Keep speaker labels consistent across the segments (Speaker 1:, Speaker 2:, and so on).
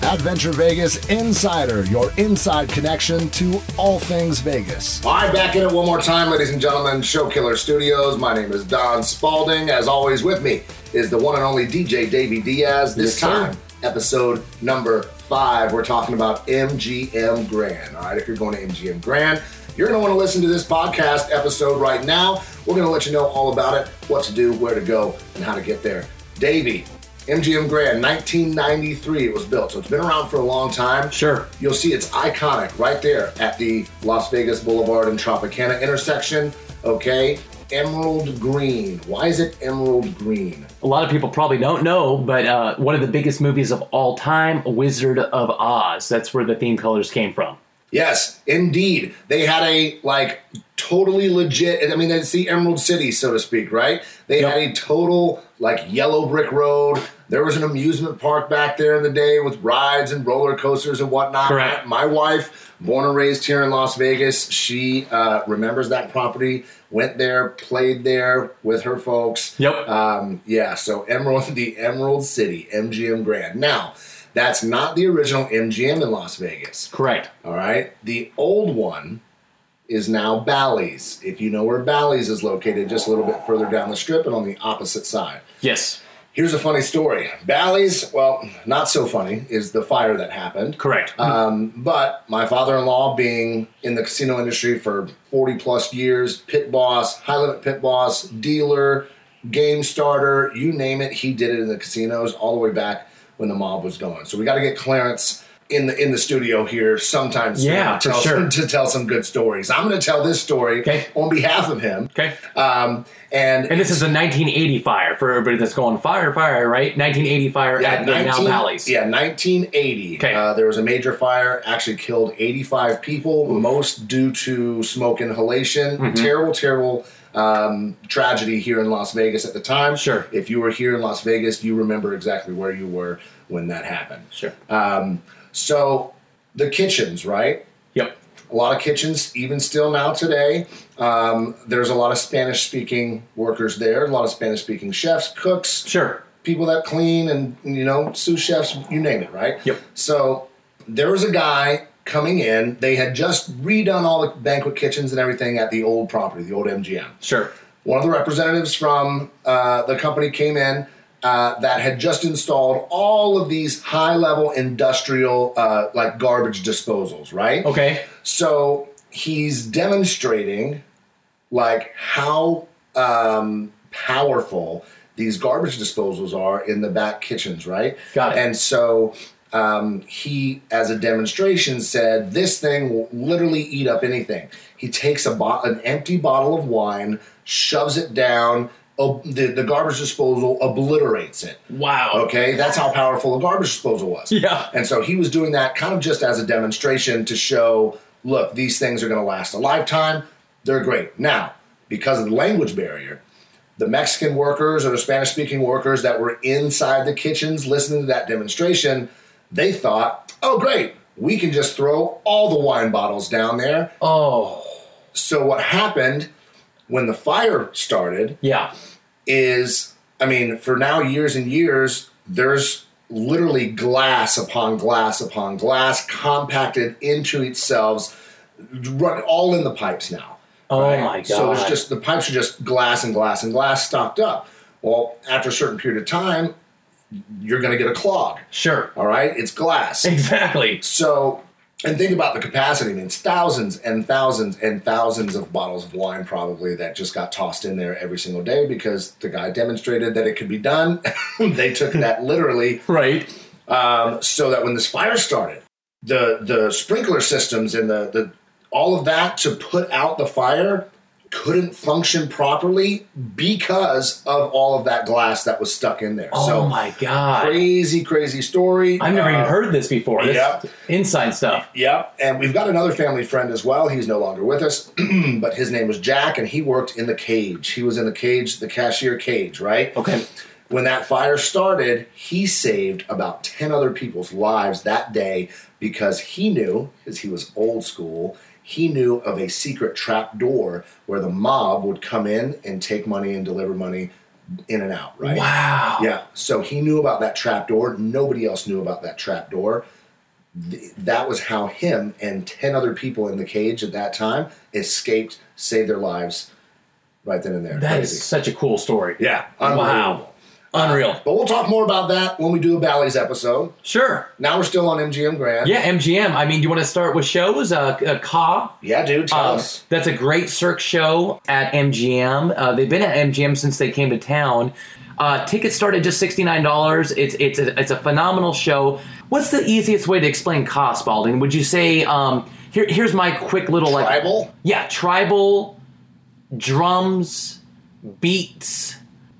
Speaker 1: Adventure Vegas Insider, your inside connection to all things Vegas.
Speaker 2: All right, back in it one more time, ladies and gentlemen. Show Killer Studios. My name is Don Spalding. As always, with me is the one and only DJ Davey Diaz. This
Speaker 3: Yes, sir.
Speaker 2: time, episode number five, we're talking about MGM Grand. All right, if you're going to MGM Grand, you're going to want to listen to this podcast episode right now. We're going to let you know all about it, what to do, where to go, and how to get there. Davey, MGM Grand, 1993 it was built, so it's been around for a long time.
Speaker 3: Sure.
Speaker 2: You'll see it's iconic right there at the Las Vegas Boulevard and Tropicana intersection. Okay, emerald green. Why is it emerald green?
Speaker 3: A lot of people probably don't know, but uh, one of the biggest movies of all time, Wizard of Oz. That's where the theme colors came from.
Speaker 2: Yes, indeed. They had a like totally legit. I mean, it's the Emerald City, so to speak, right? They
Speaker 3: Yep.
Speaker 2: had a total like yellow brick road. There was an amusement park back there in the day with rides and roller coasters and whatnot.
Speaker 3: Correct.
Speaker 2: My wife, born and raised here in Las Vegas, she uh, remembers that property. Went there, played there with her folks.
Speaker 3: Yep.
Speaker 2: Um, yeah, so Emerald, the Emerald City, MGM Grand. Now, that's not the original MGM in Las Vegas.
Speaker 3: Correct.
Speaker 2: All right. The old one is now Bally's. If you know where Bally's is located, just a little bit further down the strip and on the opposite side.
Speaker 3: Yes.
Speaker 2: Here's a funny story. Bally's, well, not so funny, is the fire that happened.
Speaker 3: Correct.
Speaker 2: Um, but my father-in-law, being in the casino industry for 40 plus years, pit boss, high limit pit boss, dealer, game starter, you name it, he did it in the casinos all the way back when the mob was going. So we got to get Clarence in the in the studio here sometime soon
Speaker 3: Yeah,
Speaker 2: to
Speaker 3: for
Speaker 2: tell-
Speaker 3: sure.
Speaker 2: to tell some good stories. I'm going to tell this story
Speaker 3: Okay.
Speaker 2: on behalf of him.
Speaker 3: okay.
Speaker 2: Um, and
Speaker 3: And this is a 1980 fire for everybody that's going fire, fire, right? 1980 fire at the now Valleys.
Speaker 2: Yeah, 1980.
Speaker 3: Okay.
Speaker 2: Uh, there was a major fire, actually killed 85 people, most due to smoke inhalation.
Speaker 3: Mm-hmm.
Speaker 2: Terrible, terrible um, tragedy here in Las Vegas at the time.
Speaker 3: Sure.
Speaker 2: If you were here in Las Vegas, you remember exactly where you were when that happened.
Speaker 3: Sure.
Speaker 2: Uh, So the kitchens, right?
Speaker 3: yep.
Speaker 2: A lot of kitchens, even still now today. Um, there's a lot of Spanish speaking workers there, a lot of Spanish speaking chefs, cooks,
Speaker 3: Sure.
Speaker 2: people that clean and you know sous chefs you name it right
Speaker 3: Yep.
Speaker 2: so there was a guy coming in they had just redone all the banquet kitchens and everything at the old property the old mgm
Speaker 3: Sure.
Speaker 2: one of the representatives from uh, the company came in uh, that had just installed all of these high level industrial uh, like garbage disposals right
Speaker 3: Okay.
Speaker 2: so he's demonstrating like how um, powerful these garbage disposals are in the back kitchens, right?
Speaker 3: Got it.
Speaker 2: And so um, he, as a demonstration, said this thing will literally eat up anything. He takes a bo- an empty bottle of wine, shoves it down. Ob- the, the garbage disposal obliterates it.
Speaker 3: Wow.
Speaker 2: Okay, that's how powerful a garbage disposal was.
Speaker 3: Yeah.
Speaker 2: And so he was doing that kind of just as a demonstration to show, look, these things are going to last a lifetime. They're great. Now, because of the language barrier, the Mexican workers or the Spanish speaking workers that were inside the kitchens listening to that demonstration, they thought, oh, great, we can just throw all the wine bottles down there.
Speaker 3: Oh.
Speaker 2: So what happened when the fire started
Speaker 3: Yeah.
Speaker 2: is I mean, for now years and years, there's literally glass upon glass upon glass compacted into itself, run all in the pipes now.
Speaker 3: Oh
Speaker 2: right?
Speaker 3: my god.
Speaker 2: So there's just the pipes are just glass and glass and glass stocked up. Well, after a certain period of time, you're gonna get a clog.
Speaker 3: Sure.
Speaker 2: All right, it's glass.
Speaker 3: Exactly.
Speaker 2: So, and think about the capacity. I mean, it's thousands and thousands and thousands of bottles of wine probably that just got tossed in there every single day because the guy demonstrated that it could be done. they took that literally.
Speaker 3: Right.
Speaker 2: Um, so that when this fire started, the the sprinkler systems and the the all of that to put out the fire couldn't function properly because of all of that glass that was stuck in there.
Speaker 3: Oh
Speaker 2: so
Speaker 3: my god.
Speaker 2: crazy, crazy story.
Speaker 3: I've never
Speaker 2: Uh,
Speaker 3: even heard this before. This
Speaker 2: yeah.
Speaker 3: inside stuff.
Speaker 2: Yep. And we've got another family friend as well. He's no longer with us, but his name was Jack, and he worked in the cage. He was in the cage, the cashier cage, right?
Speaker 3: Okay.
Speaker 2: When that fire started, he saved about 10 other people's lives that day because he knew, because he was old school, he knew of a secret trap door where the mob would come in and take money and deliver money in and out, right?
Speaker 3: Wow.
Speaker 2: Yeah. So he knew about that trap door. Nobody else knew about that trap door. Th- That was how him and 10 other people in the cage at that time escaped, saved their lives right then and there.
Speaker 3: That
Speaker 2: Crazy.
Speaker 3: is such a cool story.
Speaker 2: yeah.
Speaker 3: Wow. Unreal.
Speaker 2: But we'll talk more about that when we do a Bally's episode.
Speaker 3: Sure.
Speaker 2: Now we're still on MGM Grand.
Speaker 3: Yeah, MGM. I mean, do you want to start with shows? Uh, uh Ka.
Speaker 2: Yeah, dude, tell
Speaker 3: Um,
Speaker 2: us.
Speaker 3: that's a great Cirque show at MGM. Uh, they've been at MGM since they came to town. Uh, tickets start at just sixty nine dollars. It's it's a, it's a phenomenal show. What's the easiest way to explain Ka Spalding? Would you say um, here here's my quick little like
Speaker 2: Tribal?
Speaker 3: yeah tribal drums beats.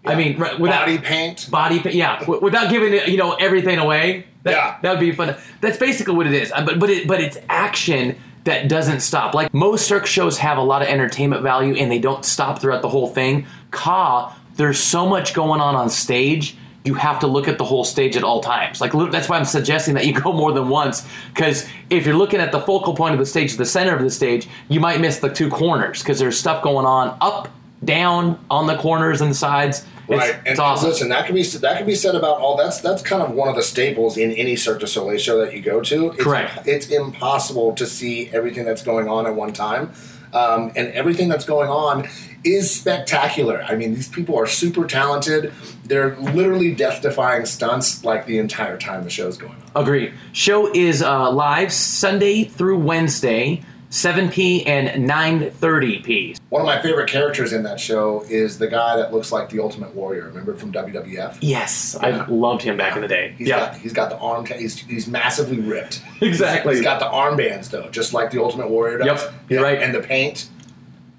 Speaker 3: I mean right, without
Speaker 2: Body paint?
Speaker 3: body pa- yeah w- without giving it, you know everything away that,
Speaker 2: Yeah.
Speaker 3: that would be fun that's basically what it is Uh, but but it, but it's action that doesn't stop like most cirque shows have a lot of entertainment value and they don't stop throughout the whole thing ka there's so much going on on stage you have to look at the whole stage at all times like lit- that's why i'm suggesting that you go more than once because if you're looking at the focal point of the stage the center of the stage you might miss the two corners because there's stuff going on up down on the corners and the sides it's,
Speaker 2: Right.
Speaker 3: it's awesome
Speaker 2: Listen, that can be that can be said about all that's that's kind of one of the staples in any Cirque du Soleil show that you go to. It's,
Speaker 3: Correct.
Speaker 2: It's impossible to see everything that's going on at one time, um, and everything that's going on is spectacular. I mean, these people are super talented. They're literally death-defying stunts like the entire time the show's going on.
Speaker 3: Agree. Show is uh, live Sunday through Wednesday, 7 p and 9:30 p.
Speaker 2: One of my favorite characters in that show is the guy that looks like the Ultimate Warrior. Remember from WWF?
Speaker 3: Yes, I loved him back in the day.
Speaker 2: He's got,
Speaker 3: yeah,
Speaker 2: he's got the arm. ta- he's, he's massively ripped.
Speaker 3: Exactly.
Speaker 2: He's got the armbands though, just like the Ultimate Warrior does.
Speaker 3: Yep, you're
Speaker 2: Yeah,
Speaker 3: right.
Speaker 2: And the paint.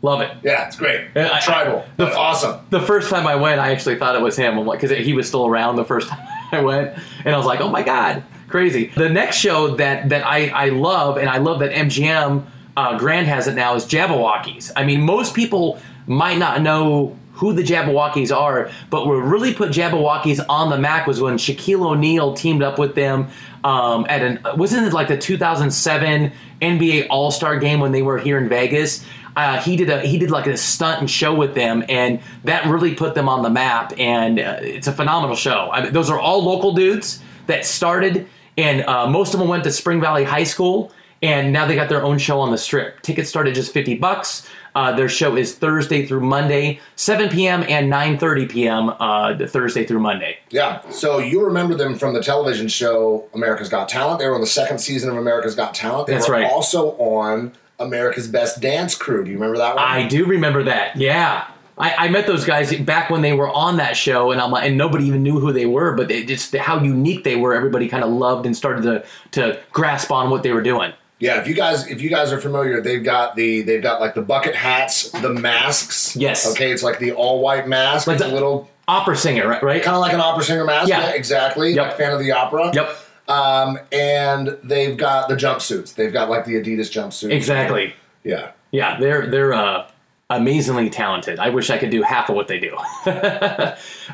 Speaker 3: love it.
Speaker 2: Yeah, it's great.
Speaker 3: Yeah, I-
Speaker 2: Tribal.
Speaker 3: the-
Speaker 2: That's awesome.
Speaker 3: The first time I went, I actually thought it was him because he was still around the first time I went, and I was like, "Oh my god, crazy!" The next show that that I I love and I love that MGM uh, Grand has it now is Jabberwockies. I mean, most people might not know who the Jabberwockies are, but what really put Jabberwockies on the map was when Shaquille O'Neal teamed up with them um, at an wasn't it like the 2007 NBA All Star game when they were here in Vegas. Uh, he did a he did like a stunt and show with them, and that really put them on the map. And uh, it's a phenomenal show. I mean, those are all local dudes that started, and uh, most of them went to Spring Valley High School, and now they got their own show on the Strip. Tickets start at just fifty bucks. Uh, their show is Thursday through Monday, 7 p.m. and 9:30 p.m. Uh, the Thursday through Monday.
Speaker 2: Yeah. So you remember them from the television show America's Got Talent. They were on the second season of America's Got Talent. They
Speaker 3: That's
Speaker 2: were
Speaker 3: right.
Speaker 2: also on America's Best Dance Crew. Do you remember that one?
Speaker 3: I do remember that. Yeah. I, I met those guys back when they were on that show, and I'm like, and nobody even knew who they were, but they just how unique they were. Everybody kind of loved and started to to grasp on what they were doing.
Speaker 2: Yeah, if you guys if you guys are familiar, they've got the they've got like the bucket hats, the masks.
Speaker 3: Yes.
Speaker 2: Okay, it's like the all white mask.
Speaker 3: Like
Speaker 2: it's
Speaker 3: the-
Speaker 2: a little
Speaker 3: Opera singer, right? right?
Speaker 2: kind of like an opera singer mask.
Speaker 3: Yeah.
Speaker 2: exactly.
Speaker 3: Yep.
Speaker 2: Like fan of the opera.
Speaker 3: Yep,
Speaker 2: Um, and they've got the jumpsuits. They've got like the Adidas jumpsuit.
Speaker 3: exactly.
Speaker 2: Yeah.
Speaker 3: Yeah, they're they're uh, amazingly talented. I wish I could do half of what they do.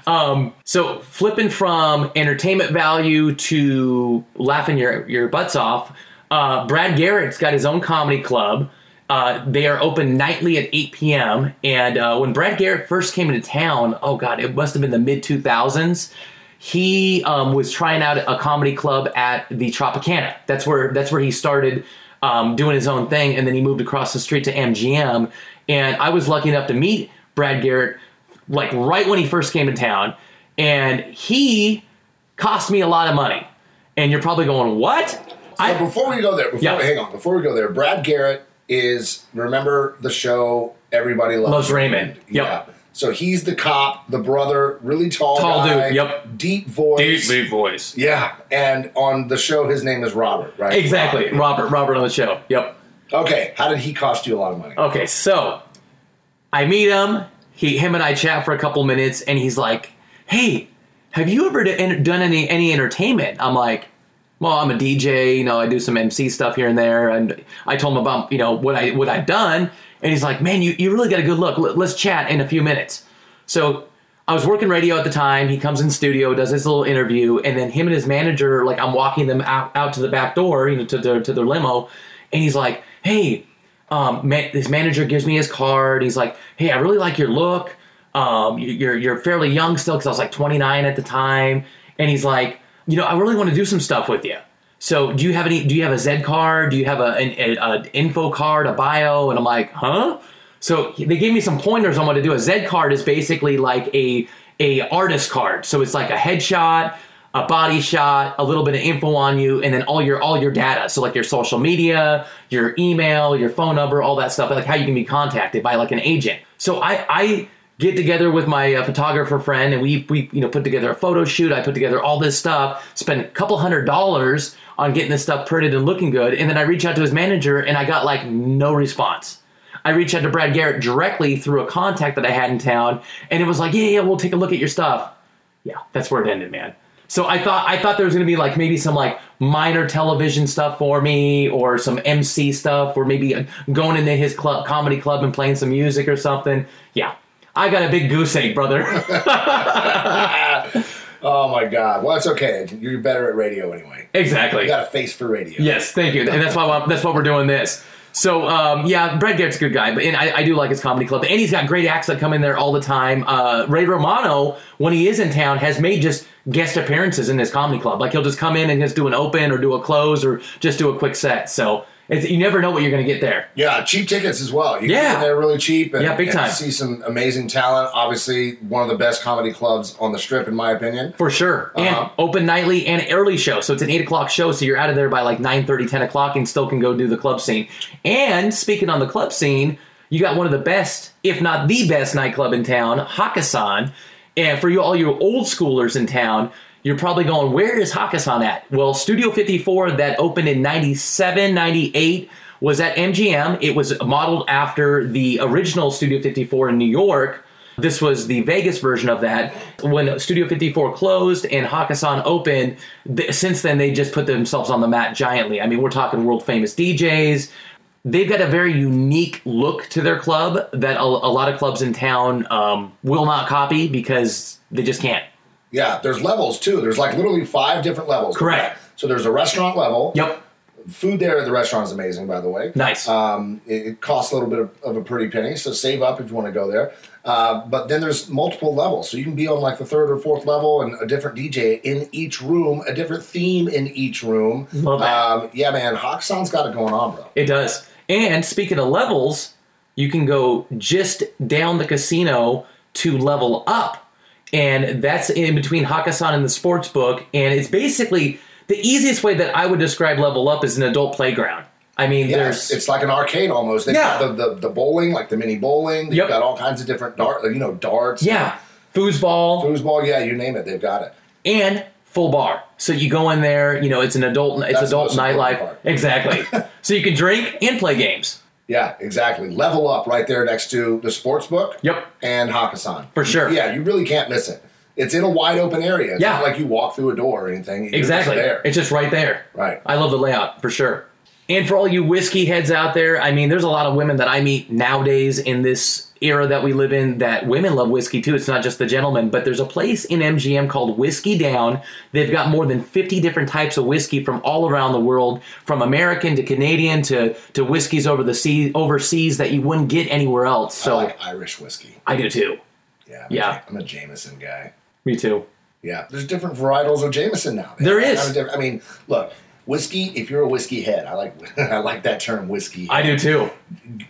Speaker 3: um, so flipping from entertainment value to laughing your your butts off, uh, Brad Garrett's got his own comedy club. Uh, they are open nightly at 8 p.m. And uh, when Brad Garrett first came into town, oh god, it must have been the mid 2000s he um, was trying out a comedy club at the Tropicana. That's where that's where he started um, doing his own thing, and then he moved across the street to MGM. And I was lucky enough to meet Brad Garrett like right when he first came in town, and he cost me a lot of money. And you're probably going, "What?"
Speaker 2: So
Speaker 3: I
Speaker 2: before we go there, before
Speaker 3: Yeah.
Speaker 2: hang on, before we go there, Brad Garrett is remember the show Everybody Loves,
Speaker 3: Loves Raymond. Yep.
Speaker 2: So he's the cop, the brother, really tall,
Speaker 3: Tall dude,
Speaker 2: guy,
Speaker 3: yep.
Speaker 2: deep voice,
Speaker 3: voice.
Speaker 2: yeah. And on the show, his name is Robert, right?
Speaker 3: Exactly, Robert. Robert on the show. Yep.
Speaker 2: Okay, how did he cost you a lot of money?
Speaker 3: Okay, so I meet him. He, him, and I chat for a couple minutes, and he's like, "Hey, have you ever d- en- done any any entertainment?" I'm like, "Well, I'm a DJ. You know, I do some MC stuff here and there." And I told him about you know what I what I've done, and he's like, "Man, you you really got a good look. Let- Let's chat in a few minutes." So I was working radio at the time. He comes in studio, does his little interview, and then him and his manager, like I'm walking them out, out to the back door, you know, to their to their limo, and he's like, "Hey, um, man, this manager gives me his card. He's like, "Hey, I really like your look. Um, you- you're you're fairly young still because I was like 29 at the time, and he's like, you know, I really want to do some stuff with you. So do you have any? Do you have a Z card? Do you have a an, a, a info card, a bio? And I'm like, huh? So they gave me some pointers on what to do. A Z card is basically like a a artist card. So it's like a headshot, a body shot, a little bit of info on you, and then all your all your data. So like your social media, your email, your phone number, all that stuff. Like how you can be contacted by like an agent. So I I get together with my uh, photographer friend and we we you know put together a photo shoot. I put together all this stuff. Spend a couple hundred dollars on getting this stuff printed and looking good, and then I reach out to his manager and I got like no response. I reached out to Brad Garrett directly through a contact that I had in town, and it was like, yeah, yeah, we'll take a look at your stuff. Yeah, that's where it ended, man. So I thought I thought there was gonna be like maybe some like minor television stuff for me, or some MC stuff, or maybe uh, going into his club comedy club and playing some music or something. Yeah, I got a big goose egg, brother.
Speaker 2: Oh my God. Well, it's okay. You're better at radio anyway.
Speaker 3: exactly.
Speaker 2: You got a face for radio.
Speaker 3: Yes, thank you, and that's why that's why we're doing this. So um, yeah, Brad Garrett's a good guy, but and I, I do like his comedy club, and he's got great acts that come in there all the time. Uh, Ray Romano, when he is in town, has made just guest appearances in his comedy club. Like he'll just come in and just do an open or do a close or just do a quick set. So it's, you never know what you're going to get there.
Speaker 2: Yeah, cheap tickets as well. You can
Speaker 3: Yeah.
Speaker 2: get there really cheap. And,
Speaker 3: Yeah, big
Speaker 2: and
Speaker 3: time.
Speaker 2: See some amazing talent. Obviously, one of the best comedy clubs on the strip, in my opinion.
Speaker 3: For sure. And
Speaker 2: Uh-huh.
Speaker 3: open nightly and early show. So it's an 8 o'clock show, so you're out of there by like 9 10 o'clock and still can go do the club scene. And speaking on the club scene, you got one of the best, if not the best nightclub in town, Hakkasan. And for you all you old schoolers in town, you're probably going, where is Hakkasan at? Well, Studio 54 that opened in 97, 98 was at MGM. It was modeled after the original Studio 54 in New York. This was the Vegas version of that. When Studio 54 closed and Hakkasan opened, th- since then they just put themselves on the map giantly. I mean, we're talking world famous DJs. They've got a very unique look to their club that a, a lot of clubs in town um, will not copy because they just can't.
Speaker 2: Yeah, there's levels too. There's like literally five different levels.
Speaker 3: Correct.
Speaker 2: So there's a restaurant level.
Speaker 3: Yep.
Speaker 2: Food there at the restaurant is amazing, by the way.
Speaker 3: Nice.
Speaker 2: Um, it, it costs a little bit of, of a pretty penny, so save up if you want to go there. Uh, but then there's multiple levels, so you can be on like the third or fourth level, and a different DJ in each room, a different theme in each room.
Speaker 3: Love that.
Speaker 2: Um, yeah, man, Hoxon's got it going on, bro.
Speaker 3: It does. And speaking of levels, you can go just down the casino to level up. And that's in between Hakkasan and the sports book. And it's basically the easiest way that I would describe level up is an adult playground. I mean,
Speaker 2: Yeah,
Speaker 3: there's
Speaker 2: it's, it's like an arcade almost. They
Speaker 3: Yeah.
Speaker 2: the, the the bowling, like the mini bowling. They've
Speaker 3: Yep.
Speaker 2: got all kinds of different dart, uh, you know, darts.
Speaker 3: yeah, foosball,
Speaker 2: Foosball, yeah, you name it, they've got it.
Speaker 3: and full bar. So you go in there, you know, it's an adult, it's
Speaker 2: That's the
Speaker 3: adult
Speaker 2: most important
Speaker 3: nightlife.
Speaker 2: part.
Speaker 3: Exactly. so you can drink and play games.
Speaker 2: Yeah, exactly. Level up right there next to the sports book.
Speaker 3: Yep.
Speaker 2: And Hakkasan.
Speaker 3: For sure.
Speaker 2: Yeah, you really can't miss it. It's in a wide open area. It's
Speaker 3: Yeah.
Speaker 2: not like you walk through a door or anything. You're just
Speaker 3: Exactly.
Speaker 2: there.
Speaker 3: It's just right there.
Speaker 2: Right.
Speaker 3: I love the layout for sure. And for all you whiskey heads out there, I mean, there's a lot of women that I meet nowadays in this era that we live in that women love whiskey too. It's not just the gentlemen, but there's a place in MGM called Whiskey Down. They've got more than 50 different types of whiskey from all around the world, from American to Canadian to to whiskeys over the sea overseas that you wouldn't get anywhere else.
Speaker 2: I
Speaker 3: So
Speaker 2: like Irish whiskey.
Speaker 3: I do too.
Speaker 2: Yeah. I'm
Speaker 3: Yeah.
Speaker 2: A, I'm a Jameson guy.
Speaker 3: Me too.
Speaker 2: Yeah. There's different varietals of Jameson now.
Speaker 3: There
Speaker 2: They're
Speaker 3: is.
Speaker 2: kind of different- I mean, look, whiskey, if you're a whiskey head, I like I like that term whiskey.
Speaker 3: I do too.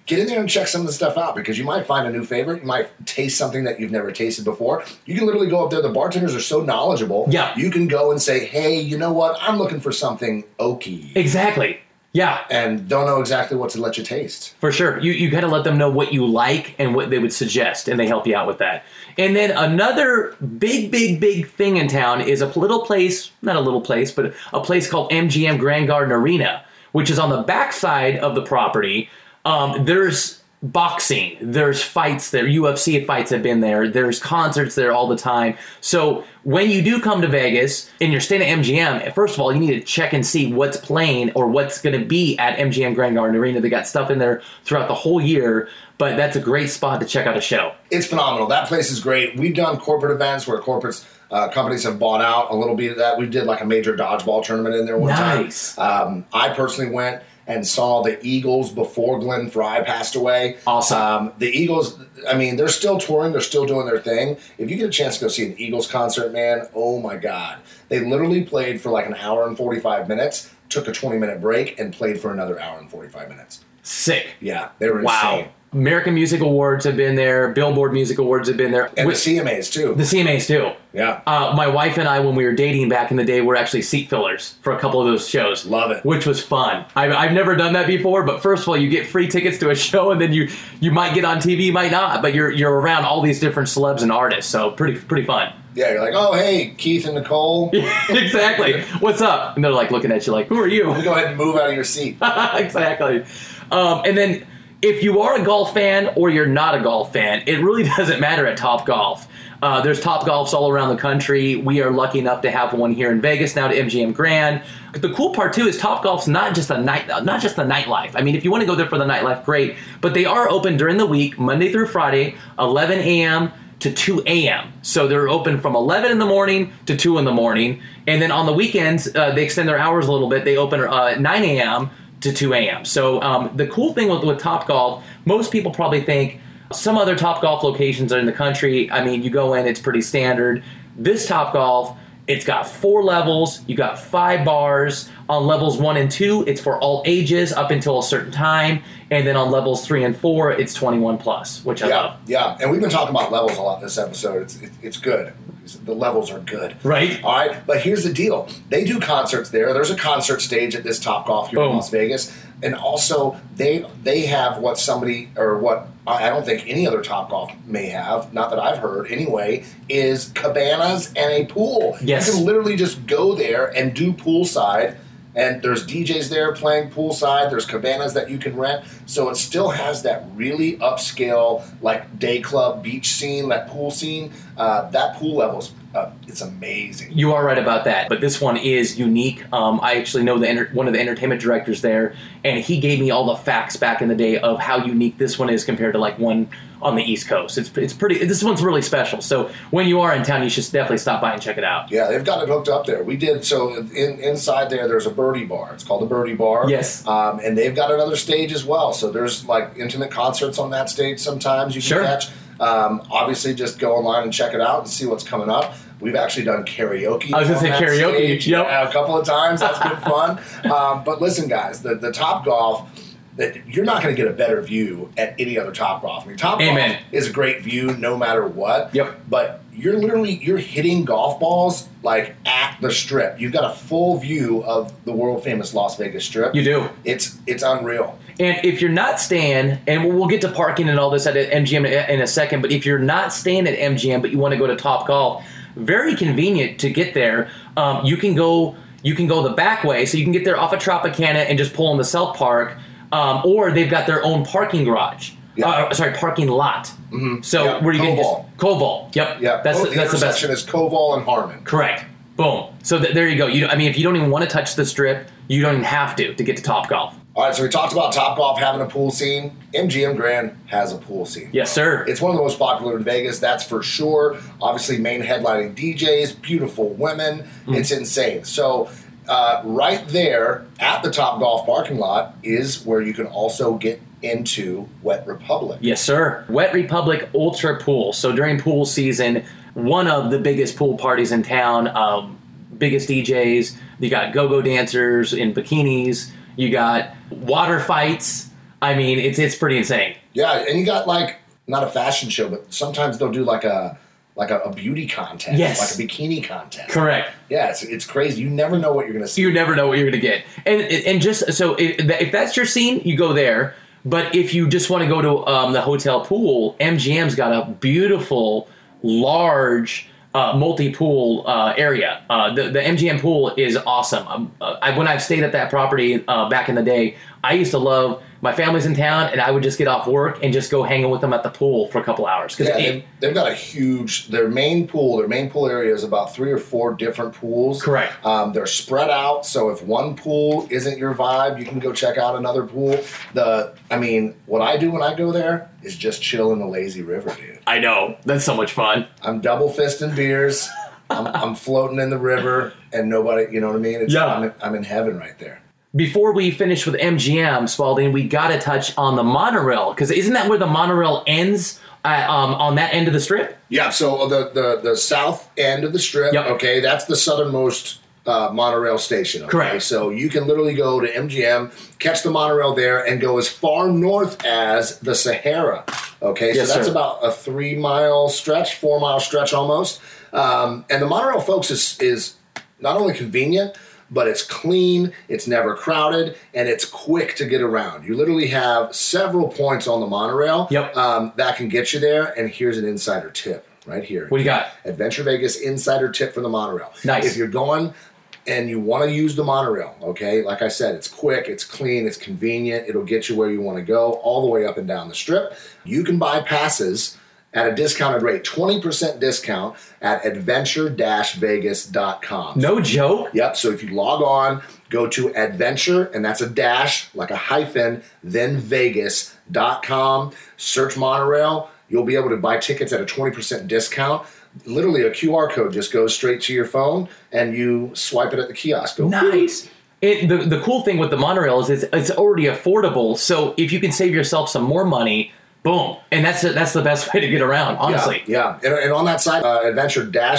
Speaker 2: Get in there and check some of the stuff out because you might find a new favorite. You might taste something that you've never tasted before. You can literally go up there. The bartenders are so knowledgeable.
Speaker 3: Yeah.
Speaker 2: You can go and say, hey, you know what? I'm looking for something oaky.
Speaker 3: Exactly. Yeah.
Speaker 2: and don't know exactly what to let you taste.
Speaker 3: For sure. You you gotta let them know what you like and what they would suggest, and they help you out with that. And then another big, big, big thing in town is a little place, not a little place, but a place called MGM Grand Garden Arena, which is on the backside of the property. Um, there's boxing, there's fights there, UFC fights have been there, there's concerts there all the time. So when you do come to Vegas and you're staying at MGM, first of all, you need to check and see what's playing or what's going to be at MGM Grand Garden Arena. They got stuff in there throughout the whole year, but that's a great spot to check out a show.
Speaker 2: It's phenomenal. That place is great. We've done corporate events where corporates, uh, companies have bought out a little bit of that. We did like a major dodgeball tournament in there one
Speaker 3: Nice.
Speaker 2: time. Um, I personally went and saw the Eagles before Glenn Fry passed away.
Speaker 3: Awesome.
Speaker 2: Um, the Eagles, I mean, they're still touring, they're still doing their thing. If you get a chance to go see an Eagles concert, man, oh my God. They literally played for like an hour and 45 minutes, took a 20 minute break, and played for another hour and 45 minutes.
Speaker 3: Sick.
Speaker 2: Yeah, they were
Speaker 3: Wow.
Speaker 2: insane.
Speaker 3: American Music Awards have been there. Billboard Music Awards have been there.
Speaker 2: And the
Speaker 3: With-
Speaker 2: CMAs too.
Speaker 3: the CMAs too.
Speaker 2: yeah.
Speaker 3: Uh, my wife and I, when we were dating back in the day, were actually seat fillers for a couple of those shows.
Speaker 2: Love it.
Speaker 3: Which was fun. I've, I've never done that before, but first of all, you get free tickets to a show, and then you you might get on TV, you might not, but you're you're around all these different celebs and artists, so pretty pretty fun.
Speaker 2: yeah, you're like, oh, hey, Keith and Nicole,
Speaker 3: exactly. What's up? And they're like looking at you, like, who are you?
Speaker 2: go ahead and move out of your seat.
Speaker 3: exactly. Um, and then if you are a golf fan or you're not a golf fan, it really doesn't matter at Top Golf. Uh, there's Top Golfs all around the country. We are lucky enough to have one here in Vegas now to MGM Grand. The cool part too is Top Golf's not just a night, uh, not just the nightlife. I mean, if you want to go there for the nightlife, great. But they are open during the week, Monday through Friday, 11 a.m. to 2 a.m. So they're open from 11 in the morning to 2 in the morning, and then on the weekends uh, they extend their hours a little bit. They open uh, 9 a.m to 2 a.m. So um, the cool thing with, with Top Golf, most people probably think some other Top Golf locations are in the country. I mean, you go in, it's pretty standard. This Top Golf, it's got four levels. You got five bars on levels one and two. It's for all ages up until a certain time, and then on levels three and four, it's 21 plus, which I
Speaker 2: Yeah,
Speaker 3: love.
Speaker 2: yeah. And we've been talking about levels a lot this episode. It's it, it's good. The levels are good.
Speaker 3: Right.
Speaker 2: All right. But here's the deal. They do concerts there. There's a concert stage at this Top Golf here
Speaker 3: Boom.
Speaker 2: in Las Vegas, and also they they have what somebody or what I I don't think any other Top Golf may have, not that I've heard anyway, is cabanas and a pool.
Speaker 3: Yes.
Speaker 2: You can literally just go there and do poolside. And there's DJs there playing poolside. There's cabanas that you can rent. So it still has that really upscale, like day club beach scene, that pool scene. Uh, that pool level's uh, it's amazing.
Speaker 3: You are right about that, but this one is unique. Um, I actually know the enter- one of the entertainment directors there, and he gave me all the facts back in the day of how unique this one is compared to like one on the East Coast. It's it's pretty. This one's really special. So when you are in town, you should definitely stop by and check it out.
Speaker 2: Yeah, they've got it hooked up there. We did so in, inside there. There's a birdie bar. It's called the Birdie Bar.
Speaker 3: Yes.
Speaker 2: um, and they've got another stage as well. So there's like intimate concerts on that stage sometimes you can
Speaker 3: Sure.
Speaker 2: catch. Um, obviously, just go online and check it out and see what's coming up. We've actually done karaoke.
Speaker 3: I was gonna
Speaker 2: on
Speaker 3: say
Speaker 2: that
Speaker 3: karaoke,
Speaker 2: stage,
Speaker 3: yep.
Speaker 2: yeah, a couple of times. That's been fun. Um, but listen, guys, the the Top Golf. That you're not going to get a better view at any other Top Golf. I mean, Top
Speaker 3: Amen.
Speaker 2: Golf is a great view no matter what.
Speaker 3: Yep.
Speaker 2: But you're literally you're hitting golf balls like at the Strip. You've got a full view of the world famous Las Vegas Strip.
Speaker 3: You do.
Speaker 2: It's it's unreal.
Speaker 3: And if you're not staying, and we'll- we'll get to parking and all this at MGM in- in a second, but if you're not staying at MGM but you want to go to Top Golf, very convenient to get there. Um, you can go you can go the back way, so you can get there off of Tropicana and just pull in the self park, um, or they've got their own parking garage.
Speaker 2: Yeah. Mm-hmm.
Speaker 3: Uh, sorry, parking lot. So
Speaker 2: Yeah,
Speaker 3: where you can just
Speaker 2: Koval.
Speaker 3: Koval. Yep.
Speaker 2: Yeah,
Speaker 3: That's
Speaker 2: both the
Speaker 3: the, that's the best.
Speaker 2: intersection is Koval and Harmon.
Speaker 3: Correct. Boom. So th- there you go. You don't- I mean, if you don't even want to touch the strip, you don't even have to to get to Top Golf.
Speaker 2: All right, so we talked about Top Golf having a pool scene. MGM Grand has a pool scene.
Speaker 3: Yes, sir.
Speaker 2: It's one of the most popular in Vegas, that's for sure. Obviously, main headlining DJs, beautiful women. It's insane. So, uh, right there at the Top Golf parking lot is where you can also get into Wet Republic.
Speaker 3: Yes, sir. Wet Republic Ultra Pool. So during pool season, one of the biggest pool parties in town, um, biggest DJs. You got go go dancers in bikinis. You got water fights. I mean, it's it's pretty insane.
Speaker 2: Yeah, and you got like not a fashion show, but sometimes they'll do like a like a, a beauty contest,
Speaker 3: Yes.
Speaker 2: like a bikini contest.
Speaker 3: Correct.
Speaker 2: Yeah, it's, it's crazy. You never know what you're going to see.
Speaker 3: You never know what you're going to get. And and just so if, if that's your scene, you go there. But if you just want to go to um, the hotel pool, MGM's got a beautiful, large. Uh, multi-pool uh, area. Uh, the, the MGM pool is awesome. Um, uh, I, when I've stayed at that property uh, back in the day, I used to love my family's in town, and I would just get off work and just go hanging with them at the pool for a couple hours. 'Cause
Speaker 2: Yeah,
Speaker 3: it-
Speaker 2: they've, they've got a huge. Their main pool, their main pool area is about three or four different pools.
Speaker 3: Correct.
Speaker 2: Um, they're spread out, so if one pool isn't your vibe, you can go check out another pool. The, I mean, what I do when I go there is just chill in the lazy river, dude.
Speaker 3: I know that's so much fun.
Speaker 2: I'm double fisting beers. I'm, I'm floating in the river, and nobody, you know what I mean? It's,
Speaker 3: Yeah.
Speaker 2: I'm in, I'm in heaven right there.
Speaker 3: before we finish with MGM, Spalding, we got to touch on the monorail because isn't that where the monorail ends uh, um, on that end of the strip?
Speaker 2: Yeah, so the, the, the south end of the strip,
Speaker 3: Yep.
Speaker 2: okay, that's the southernmost uh, monorail station. Okay?
Speaker 3: Correct.
Speaker 2: So you can literally go to MGM, catch the monorail there, and go as far north as the Sahara. Okay,
Speaker 3: Yes,
Speaker 2: so that's
Speaker 3: sir.
Speaker 2: about a three mile stretch, four mile stretch almost. Um, and the monorail, folks, is, is not only convenient, but it's clean, it's never crowded, and it's quick to get around. You literally have several points on the monorail
Speaker 3: Yep.
Speaker 2: um, that can get you there. And here's an insider tip right here.
Speaker 3: What do you got?
Speaker 2: Adventure Vegas insider tip for the monorail.
Speaker 3: Nice.
Speaker 2: If you're going and you want to use the monorail, okay, like I said, it's quick, it's clean, it's convenient, it'll get you where you want to go, all the way up and down the strip. You can buy passes at a discounted rate, 20% discount at adventure-vegas.com.
Speaker 3: No joke.
Speaker 2: Yep. So if you log on, go to adventure, and that's a dash, like a hyphen, then Vegas.com, search monorail. You'll be able to buy tickets at a 20% discount. Literally, a QR code just goes straight to your phone and you swipe it at the kiosk. Go,
Speaker 3: Nice. It, the, the cool thing with the monorail is it's, it's already affordable. So if you can save yourself some more money, boom. And that's that's the best way to get around, honestly.
Speaker 2: Yeah, yeah. And, and on that site, uh,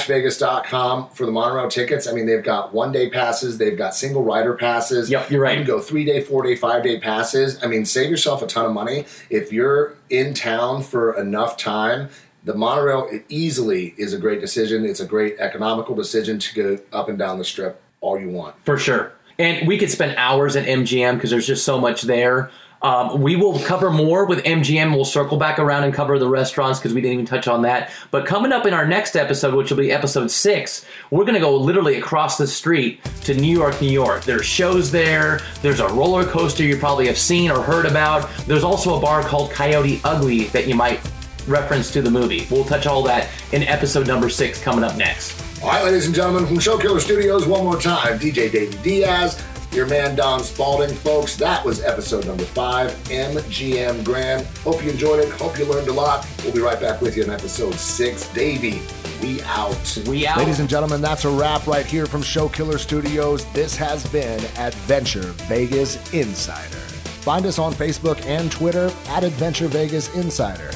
Speaker 2: adventure-vegas.com for the monorail tickets. I mean, they've got one-day passes, they've got single rider passes.
Speaker 3: Yep, you're right.
Speaker 2: You can go three-day, four-day, five-day passes. I mean, save yourself a ton of money if you're in town for enough time. The monorail it easily is a great decision. It's a great economical decision to go up and down the strip all you want.
Speaker 3: For sure. And we could spend hours at MGM because there's just so much there. Um, we will cover more with MGM. We'll circle back around and cover the restaurants because we didn't even touch on that. But coming up in our next episode, which will be episode six, we're going to go literally across the street to New York, New York. There's shows there. There's a roller coaster you probably have seen or heard about. There's also a bar called Coyote Ugly that you might reference to the movie. We'll touch all that in episode number six coming up next.
Speaker 2: All right, ladies and gentlemen, from Show Killer Studios, one more time, DJ David Diaz, your man Don Spalding, folks. That was episode number five, MGM Grand. Hope you enjoyed it. Hope you learned a lot. We'll be right back with you in episode six. Davey, we out.
Speaker 3: We out.
Speaker 1: Ladies and gentlemen, that's a wrap right here from Show Killer Studios. This has been Adventure Vegas Insider. Find us on Facebook and Twitter at Adventure Vegas Insider.